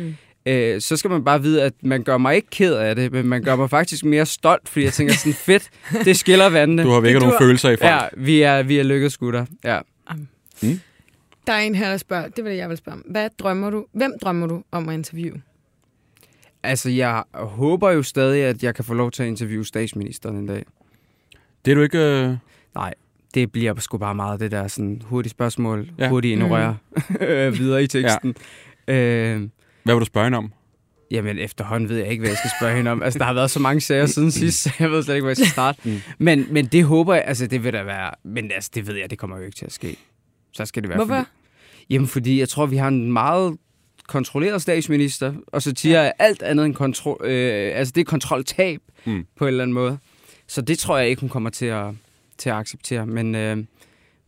mm. Øh, så skal man bare vide, at man gør mig ikke ked af det, men man gør mig faktisk mere stolt, fordi jeg tænker sådan, fedt, det skiller vandene.
Du har vækket
Det
nogle
dur.
følelser i folk.
Ja, vi er, vi er lykkedes gutter. Ja.
Der er en her, der spørger, det vil jeg vil spørge om. Hvad drømmer du, hvem drømmer du om at interviewe?
Altså, jeg håber jo stadig, at jeg kan få lov til at interviewe statsministeren en dag.
Det er du ikke... Øh...
Nej, det bliver sgu bare meget det der sådan hurtige spørgsmål,
Ja.
ja. hurtigt ignorere mm. videre i teksten. Ja. Øh,
Hvad vil du spørge hende om?
Jamen, efterhånden ved jeg ikke, hvad jeg skal spørge hende om. Altså, der har været så mange sager siden sidst, så jeg ved slet ikke, hvor jeg skal starte. Men, men det håber jeg, altså, det vil der være... Men altså, det ved jeg, det kommer jo ikke til at ske. Så skal det være...
Hvorfor?
Fordi, jamen, fordi jeg tror, vi har en meget kontrolleret statsminister, og så siger jeg alt andet end kontrol... Øh, altså, det er kontroltab
Mm.
mm. på en eller anden måde. Så det tror jeg ikke, hun kommer til at, til at acceptere. Men, øh,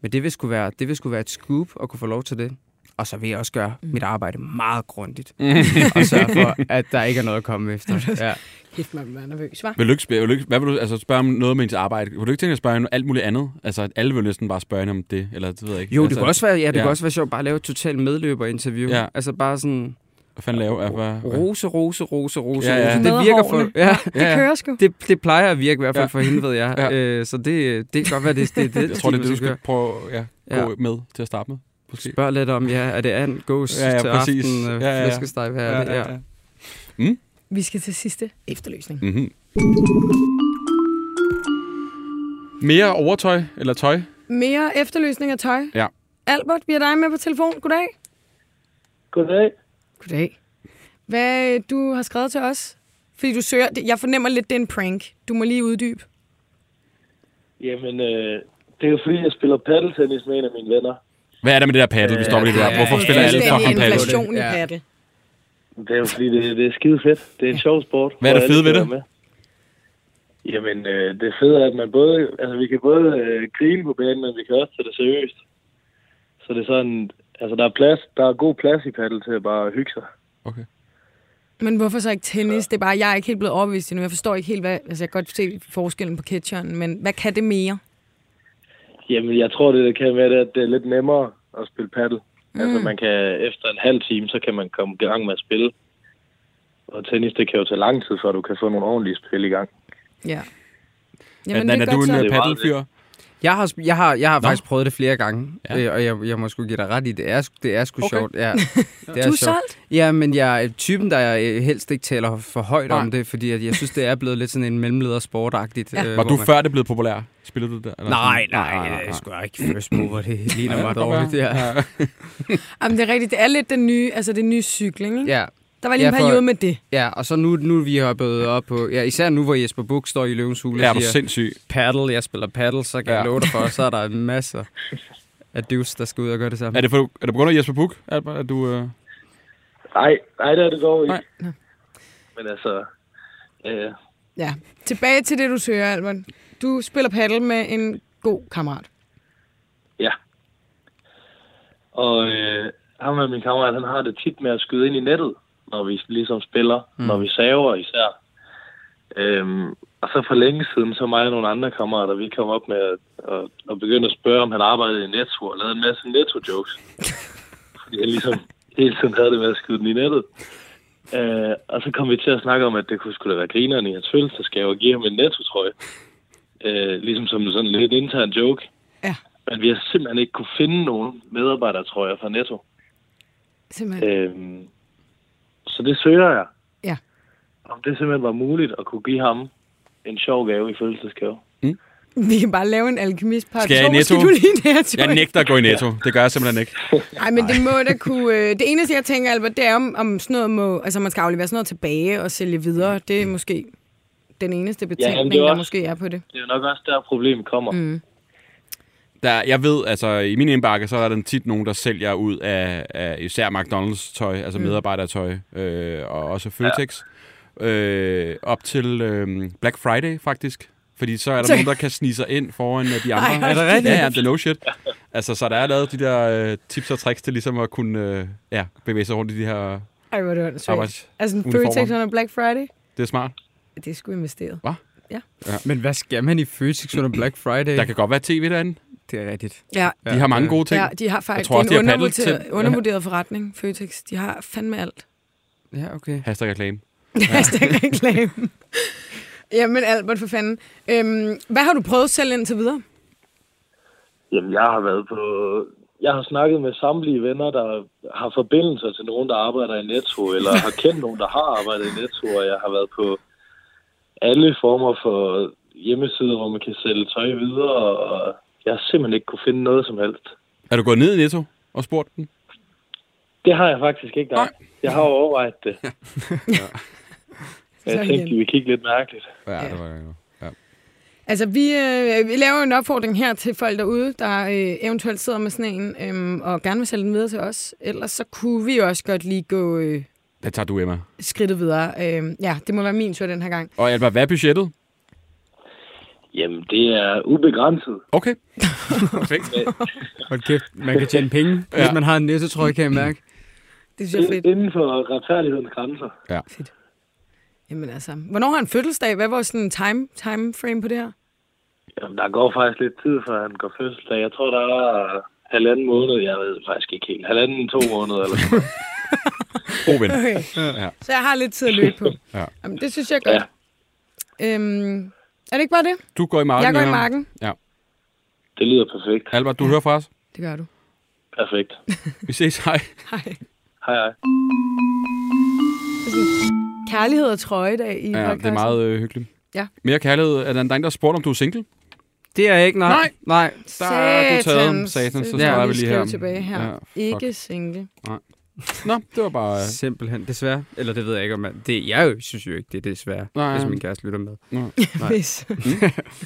men det, vil sgu være, det vil sgu være et scoop at kunne få lov til det. Og så vil jeg også gøre mit arbejde meget grundigt. og sørge for, at der ikke er noget at komme efter. Ja.
Hæft mig, man er nervøs, hva'?
Vil du ikke spørge, vil du ikke, hvad vil du altså, spørge om noget med ens arbejde? Vil du ikke tænke at spørge hende om alt muligt andet? Altså, at alle vil næsten bare spørge hende om det, eller det ved jeg ikke.
Jo, det
altså,
kunne også være, ja, det
ja.
ja. kunne også være sjovt bare at lave et totalt medløberinterview.
Ja.
Ja. Altså bare sådan
Hvad fanden laver jeg? Hvad, hvad?
rose, rose, rose, rose.
Ja, ja.
rose. Det virker for...
Medhårene.
Ja.
Det
Ja, ja.
kører sgu.
Det, det plejer at virke i hvert fald
Ja.
ja. for hende, ved jeg.
Ja.
Ja. Øh, så det, det kan godt være, det, det, det
Jeg tror, det er det, du
skal
skal prøve ja, gå med til at starte med. Måske.
Spørg lidt om, ja, er det and, gås
Ja, ja,
til
præcis.
aften, øh,
Ja, ja, ja.
flæskesteg, hvad er det? Ja.
Vi skal til sidste efterløsning.
Mm-hmm. Mere overtøj eller tøj?
Mere efterløsning af tøj.
Ja.
Albert, vi har dig med på telefon. Goddag.
Goddag.
Goddag. Hvad øh, du har skrevet til os? Fordi du søger... det- Jeg fornemmer lidt, det er en prank. Du må lige uddybe.
Jamen, øh, det er jo fordi, jeg spiller paddeltennis med en af mine venner.
Hvad er der med det der paddel? Vi stopper lige der. Hvorfor
Øh, ja,
spiller
ja,
alle
ja,
fucking
fucking
ja, ja.
paddel?
inflation i
Ja.
paddel.
Det er jo fordi, det, det er skide fedt. Det er en sjov sport.
Hvad er
hvor
det
alle
fede ved
kan
det?
være Med. Jamen, øh, det fede er, at man både, altså, vi kan både øh, grine på banen, men vi kan også tage det seriøst. Så det er sådan, altså der er, plads, der er god plads i paddel til at bare hygge sig.
Men hvorfor så ikke tennis? Det er bare, jeg er ikke helt blevet overbevist endnu. Jeg forstår ikke helt, hvad... Altså, jeg kan godt se forskellen på ketcheren, men hvad kan det mere?
Jamen, jeg tror, det, det kan være, det, at det er lidt nemmere at spille paddel. Mm. Altså, man kan efter en halv time, så kan man komme i gang med at spille. Og tennis, det kan jo tage lang tid, før du kan få nogle ordentlige spil i gang.
Ja.
Jamen, er, du en
så.
øh, paddelfyr?
Jeg har, sp- jeg har, jeg har
Nå.
faktisk prøvet det flere gange,
Ja.
ja. øh, og jeg, jeg må sgu give dig ret i, det er, sgu- det er sgu
Okay.
okay. sjovt. Ja, det
Du er
sjovt.
solgt?
Ja, men jeg er typen, der jeg helst ikke taler for højt
Nej.
Nej. om det, fordi at jeg synes, det er blevet lidt sådan en mellemledersportagtigt.
Ja.
Ja. Øh,
Var
hvor
du
man-
før det blev populær? Spillede du der? Eller
Nej,
sådan?
nej, jeg er sgu ikke first mover, det ligner
det
mig
kan godt
dårligt. Ja.
Jamen, det er rigtigt. Det er lidt den nye, altså, det nye cykling, ikke?
Ja.
Der var lige en
Ja, for-
periode med det.
ja, og så nu, nu er vi hoppet op på, ja, især nu, hvor Jesper Buch står i Løvens Hule
Ja, er
og
du
siger,
sindssyg?
paddle, jeg spiller paddle, så kan
Ja.
ja. jeg love dig for, så er der masser af dudes, der skal ud og gøre det samme.
Er det, for, er det på grund af Jesper Buch, Albert, at du... Øh...
Nej, nej, det er det dog ikke.
Nej.
Men altså, øh,
Ja. Tilbage til det, du søger, Albert. Du spiller paddle med en god kammerat.
ja. Og øh, ham med min kammerat, han har det tit med at skyde ind i nettet, når vi ligesom spiller, mm. når vi saver især. Øhm, og så for længe siden, så mig og nogle andre kammerater, vi kom op med at, at, at begynde at spørge, om han arbejdede i Netto, og lavede en masse Netto-jokes. Fordi han ligesom hele tiden havde det med at skyde den i nettet.
Øh, og så kom vi til at snakke om, at det kunne skulle da være grineren i hans fødselsdagsgave at give ham en netto-trøje. Øh, ligesom som sådan lidt intern joke.
Ja.
Men vi har simpelthen ikke kunne finde nogen medarbejdertrøjer fra Netto.
Simpelthen.
Øh, så det søger jeg.
Ja.
Om det simpelthen var muligt at kunne give ham en sjov gave i fødselsdagsgave. Øh.
Vi kan bare lave en alkemist part
Skal jeg i
to.
Netto?
Skal du lige netto?
Jeg nægter at gå i netto. Det gør jeg simpelthen ikke.
Nej, men det må da kunne... Øh, det eneste, jeg tænker, Albert, det er, om, om sådan noget må... Altså, man skal aflevere sådan noget tilbage og sælge videre. Det er måske den eneste betaling, ja,
det er
der
også-
måske er på det.
Det er jo nok også der, problemet kommer. Mm.
Der, jeg ved, altså i min indbakke, så er der tit nogen, der sælger ud af, af især McDonald's tøj, altså mm. medarbejdertøj, øh, og også Føtex, ja. øh, op til øh, Black Friday faktisk. Fordi så er der
Så-
nogen, der kan snige sig ind foran øh, de andre.
Ej, er det rigtigt?
Ja, ja, det er no shit. Altså, så der er lavet de der øh, tips og tricks til ligesom at kunne øh, ja, bevæge sig rundt i de her...
Ej, hvor er det åndssvagt.
Arbejds-
Altså, en
uniformer.
Føtex under Black Friday,
Det er smart.
det er sgu investeret.
Men hvad skal man i Føtex under Black Friday?
Der kan godt være tv derinde.
Det er rigtigt.
Ja,
De har mange gode ting.
ja de har faktisk
tror også,
det er
de
en
har paddel til-
undervurderet, undervurderet forretning, Føtex. De har fandme alt.
Ja, okay.
Hashtag reklame.
Hashtag altså reklame. Jamen, Albert, for fanden. Øhm, hvad har du prøvet selv indtil videre?
Jamen, jeg har været på... Jeg har snakket med samtlige venner, der har forbindelser til nogen, der arbejder i Netto, eller har kendt nogen, der har arbejdet i Netto, og jeg har været på alle former for hjemmesider, hvor man kan sælge tøj videre, og jeg har simpelthen ikke kunne finde noget som helst.
Er du gået ned i Netto og spurgt den?
Det har jeg faktisk ikke, nej. Jeg har overvejet det. Men jeg
Så
tænkte,
igen.
vi ville kigge lidt mærkeligt.
Ja,
Ja.
ja. det var jeg jo. Ja.
Altså, vi, øh, vi laver jo en opfordring her til folk derude, der øh, eventuelt sidder med sådan en, øh, og gerne vil sælge den videre til os. Ellers så kunne vi også godt lige gå øh,
Hvad tager du, Emma?
skridtet videre. Øh, ja, det må være min tur den her gang.
Og Alba, hvad er budgettet?
Jamen, det er ubegrænset.
Okay. Perfekt.
Hold kæft, man kan tjene penge, ja. hvis man har en nettotrøje, kan jeg mærke.
Det synes jeg er fedt.
Inden for retfærdighedens grænser.
Jamen altså, hvornår har han fødselsdag? Hvad var sådan en time, time frame på det her?
Jamen, der går faktisk lidt tid, før han går fødselsdag. Jeg tror, der er halvanden måned. Jeg ved faktisk ikke helt. Halvanden, to måneder eller sådan noget.
God ven.
Okay.
Ja.
Så jeg har lidt tid at løbe på.
Ja.
Jamen, det synes jeg er godt. Ja. Øhm, er det ikke bare det?
Du går i marken.
Jeg går i
Allan.
marken.
Ja.
Det lyder perfekt.
Albert, du hører fra os.
Det gør du.
Perfekt.
Vi ses. Hej.
Hej.
Hej, hej.
Kærlighed og trøjedag i
Ja, det er
podcasten.
meget øh, hyggeligt.
Ja.
Mere kærlighed. Er der en dreng, der spurgte, om du er single?
Det er jeg ikke, nej.
Nej.
nej.
Der er du taget.
Satans.
Satan, så
Det
ja,
må
vi lige
skrive
her.
tilbage her.
Ja, fuck.
ikke single.
Nå, det var bare...
Simpelthen, desværre. Eller det ved jeg ikke, om man... Det, jeg jo- synes jo ikke, det er desværre,
Nej.
hvis min kæreste lytter med. Nej.
Hvis.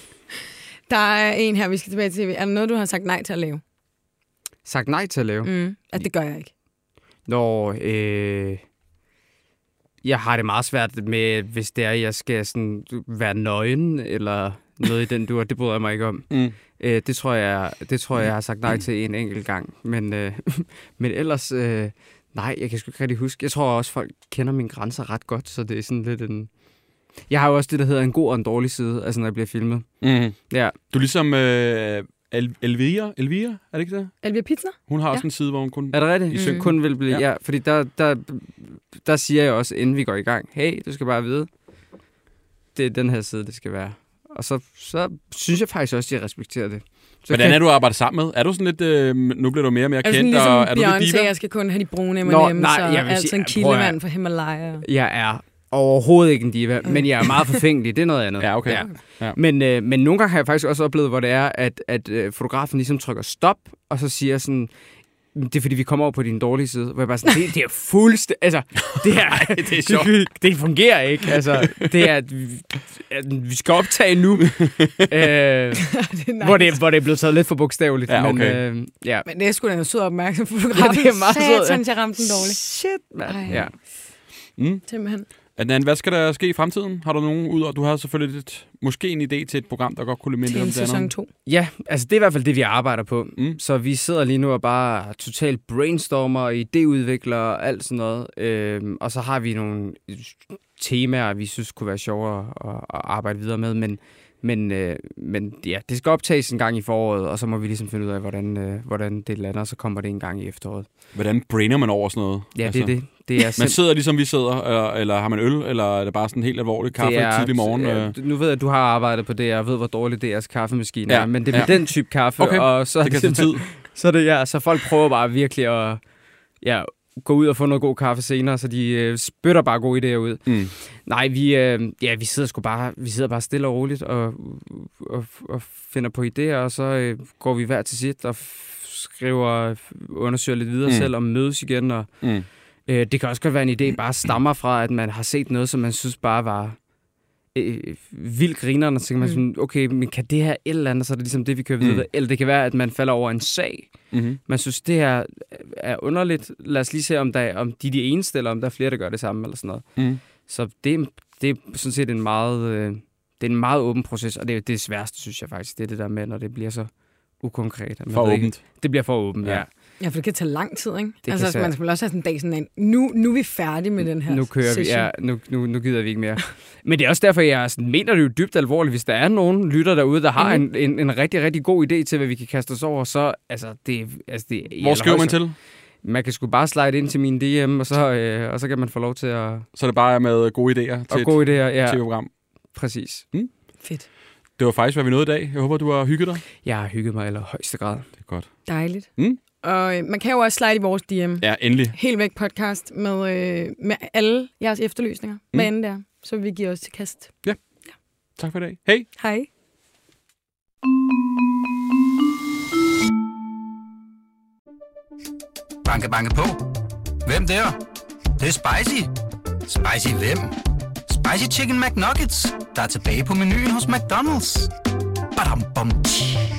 der er en her, vi skal tilbage til. Er der noget, du har sagt nej til at lave?
Sagt nej til at lave. Mm.
Mm. At det gør jeg ikke.
Når, øh, jeg har det meget svært med, hvis det er, jeg skal sådan være nøgen, eller noget i den dur. Det bryder jeg mig ikke om.
Mm.
Øh, det, tror jeg, det tror jeg, jeg har sagt nej til en enkelt gang. Men, øh, men ellers, øh, nej, jeg kan sgu ikke rigtig huske. Jeg tror også, folk kender mine grænser ret godt, så det er sådan lidt en... Jeg har jo også det, der hedder en god og en dårlig side, altså når jeg bliver filmet.
Mm.
Mm-hmm. Ja,
Du er ligesom øh, El- Elvira. Elvira, er det ikke det?
Elvia Pizner?
Hun har også
Ja.
en side, hvor hun kun...
er det rigtigt?
I
I
sync.
kun vil blive... Ja,
Ja.
ja fordi der, der, der siger jeg også, inden vi går i gang, hey, du skal bare vide, det er den her side, det skal være. Og så, så synes jeg faktisk også, at jeg respekterer det. Så
Hvordan er du at arbejde sammen med? Er du sådan lidt... Øh, nu bliver du mere og mere
Er du sådan
kendt,
ligesom
og er du lidt
Beyoncé,
diva?
jeg skal kun have de brune M&M's,
Nå,
Nå,
nej,
nej, og
jeg vil
altså
sige,
en
ja, prøv at-
kildemand fra Himalaya.
Jeg er overhovedet ikke en diva,
Øh.
men jeg er meget forfængelig. Det er noget andet.
Ja, okay. Ja.
Men, øh, men nogle gange har jeg faktisk også oplevet, hvor det er, at, at øh, fotografen ligesom trykker stop, og så siger sådan, det er fordi, vi kommer over på din dårlige side. Hvor jeg bare sådan, det, det er fuldstændig... Altså, det, er,
det er sjovt.
det, det fungerer ikke. Altså, det er, at vi- at vi skal optage nu. øh, nice.
nice.
hvor, det, hvor det er blevet taget lidt for bogstaveligt.
Ja, okay.
Men, øh, ja.
Men det er sgu da en sød opmærksom fotograf.
Ja, det er meget sød, ja.
Satans, jeg ramte den dårligt.
Shit, mand.
Ej.
Ja.
Simpelthen.
Adnan, hvad skal der ske i fremtiden? Har du nogen ud, og du har selvfølgelig lidt, måske en idé til et program, der godt kunne lidt
Til
mindre om
en
det andet?
sæson 2.
Ja, altså det er i hvert fald det, vi arbejder på.
Mm.
Mm. Så vi sidder lige nu og bare totalt brainstormer, idéudvikler og alt sådan noget. Øhm, og så har vi nogle temaer, vi synes kunne være sjovere at, at arbejde videre med. Men, men, øh, men ja, det skal optages en gang i foråret, og så må vi ligesom finde ud af, hvordan, øh, hvordan det lander, og så kommer det en gang i efteråret.
Hvordan brainer man over sådan noget?
Ja, altså. det er det. Det er
Man
simpelthen-
sidder ligesom vi sidder, eller, eller har man øl, eller er det bare sådan helt alvorligt kaffe
det er-
tidlig morgen?
øh,
øh?
du- Nu ved jeg, at du har arbejdet på det, og ved, hvor dårlig DR's kaffemaskine ja,
Ja,
er, men det er med
ja.
den type kaffe,
Okay,
og så er
det kan tage tid.
simpelthen- Så, er det, ja, så folk prøver bare virkelig at ja, gå ud og få noget god kaffe senere, så de øh, spytter bare gode idéer ud.
Mm.
Nej, vi, øh, ja, vi sidder sgu bare, vi sidder bare stille og roligt og, og, og finder på idéer, og så øh, går vi hver til sit og f- skriver, undersøger lidt videre mm.
Mm.
selv og mødes igen. Og,
Mm.
øh, det kan også godt være en idé, bare stammer fra, at man har set noget, som man synes bare var øh, vildt grineren, og så tænker man sådan, okay, men kan det her et eller andet, så er det ligesom det, vi kører videre.
Mm.
Mm. Eller det kan være, at man falder over en sag.
Mm-hmm.
Man synes, det her øh, er underligt. Lad os lige se, om, der, om de er de eneste, eller om der er flere, der gør det samme, eller sådan noget.
Mm.
Så det, er- det er sådan set en meget, øh, det er en meget åben proces, og det er det sværeste, synes jeg faktisk, det er det der med, når det bliver så ukonkret. at man
For
ved ikke-
åbent.
Det bliver for åbent, ja.
Ja.
ja.
Ja, for det kan tage lang tid, ikke?
kan
Det altså,
tage-
man skal vel også have sådan en dag sådan en, nu, nu er vi færdige med den her
nu kører vi,
session.
ja, nu, nu, nu gider vi ikke mere. Men det er også derfor, jeg sådan, mener det jo dybt alvorligt, hvis der er nogen lytter derude, der har en, en, en rigtig, rigtig god idé til, hvad vi kan kaste os over, så altså, det, altså, det i
Hvor skriver man
allerhøjeste-
til?
Man kan sgu bare slide ind til min DM, og så, øh, og så kan man få lov til at,
Så er det bare med gode idéer til
at
et
gå i det her. Ja,
tv-program.
præcis.
Fedt.
Det var faktisk, hvad vi nåede i dag. Jeg håber, du har hygget dig.
Jeg har hygget mig i allerhøjeste grad.
Det er godt.
Dejligt.
Mm.
Og øh, man kan jo også slide i vores DM. Ja.
Ja, endelig.
Helt væk podcast med, øh, med alle jeres efterlysninger. Mm. Hvad end det er. Så vi giver os til kast.
Tak for i dag. Hej.
Hej.
Banke, banke på. Hvem der? Det, det er spicy. Spicy hvem? Spicy Chicken McNuggets, der er tilbage på menuen hos McDonald's. Badum, bom, tji.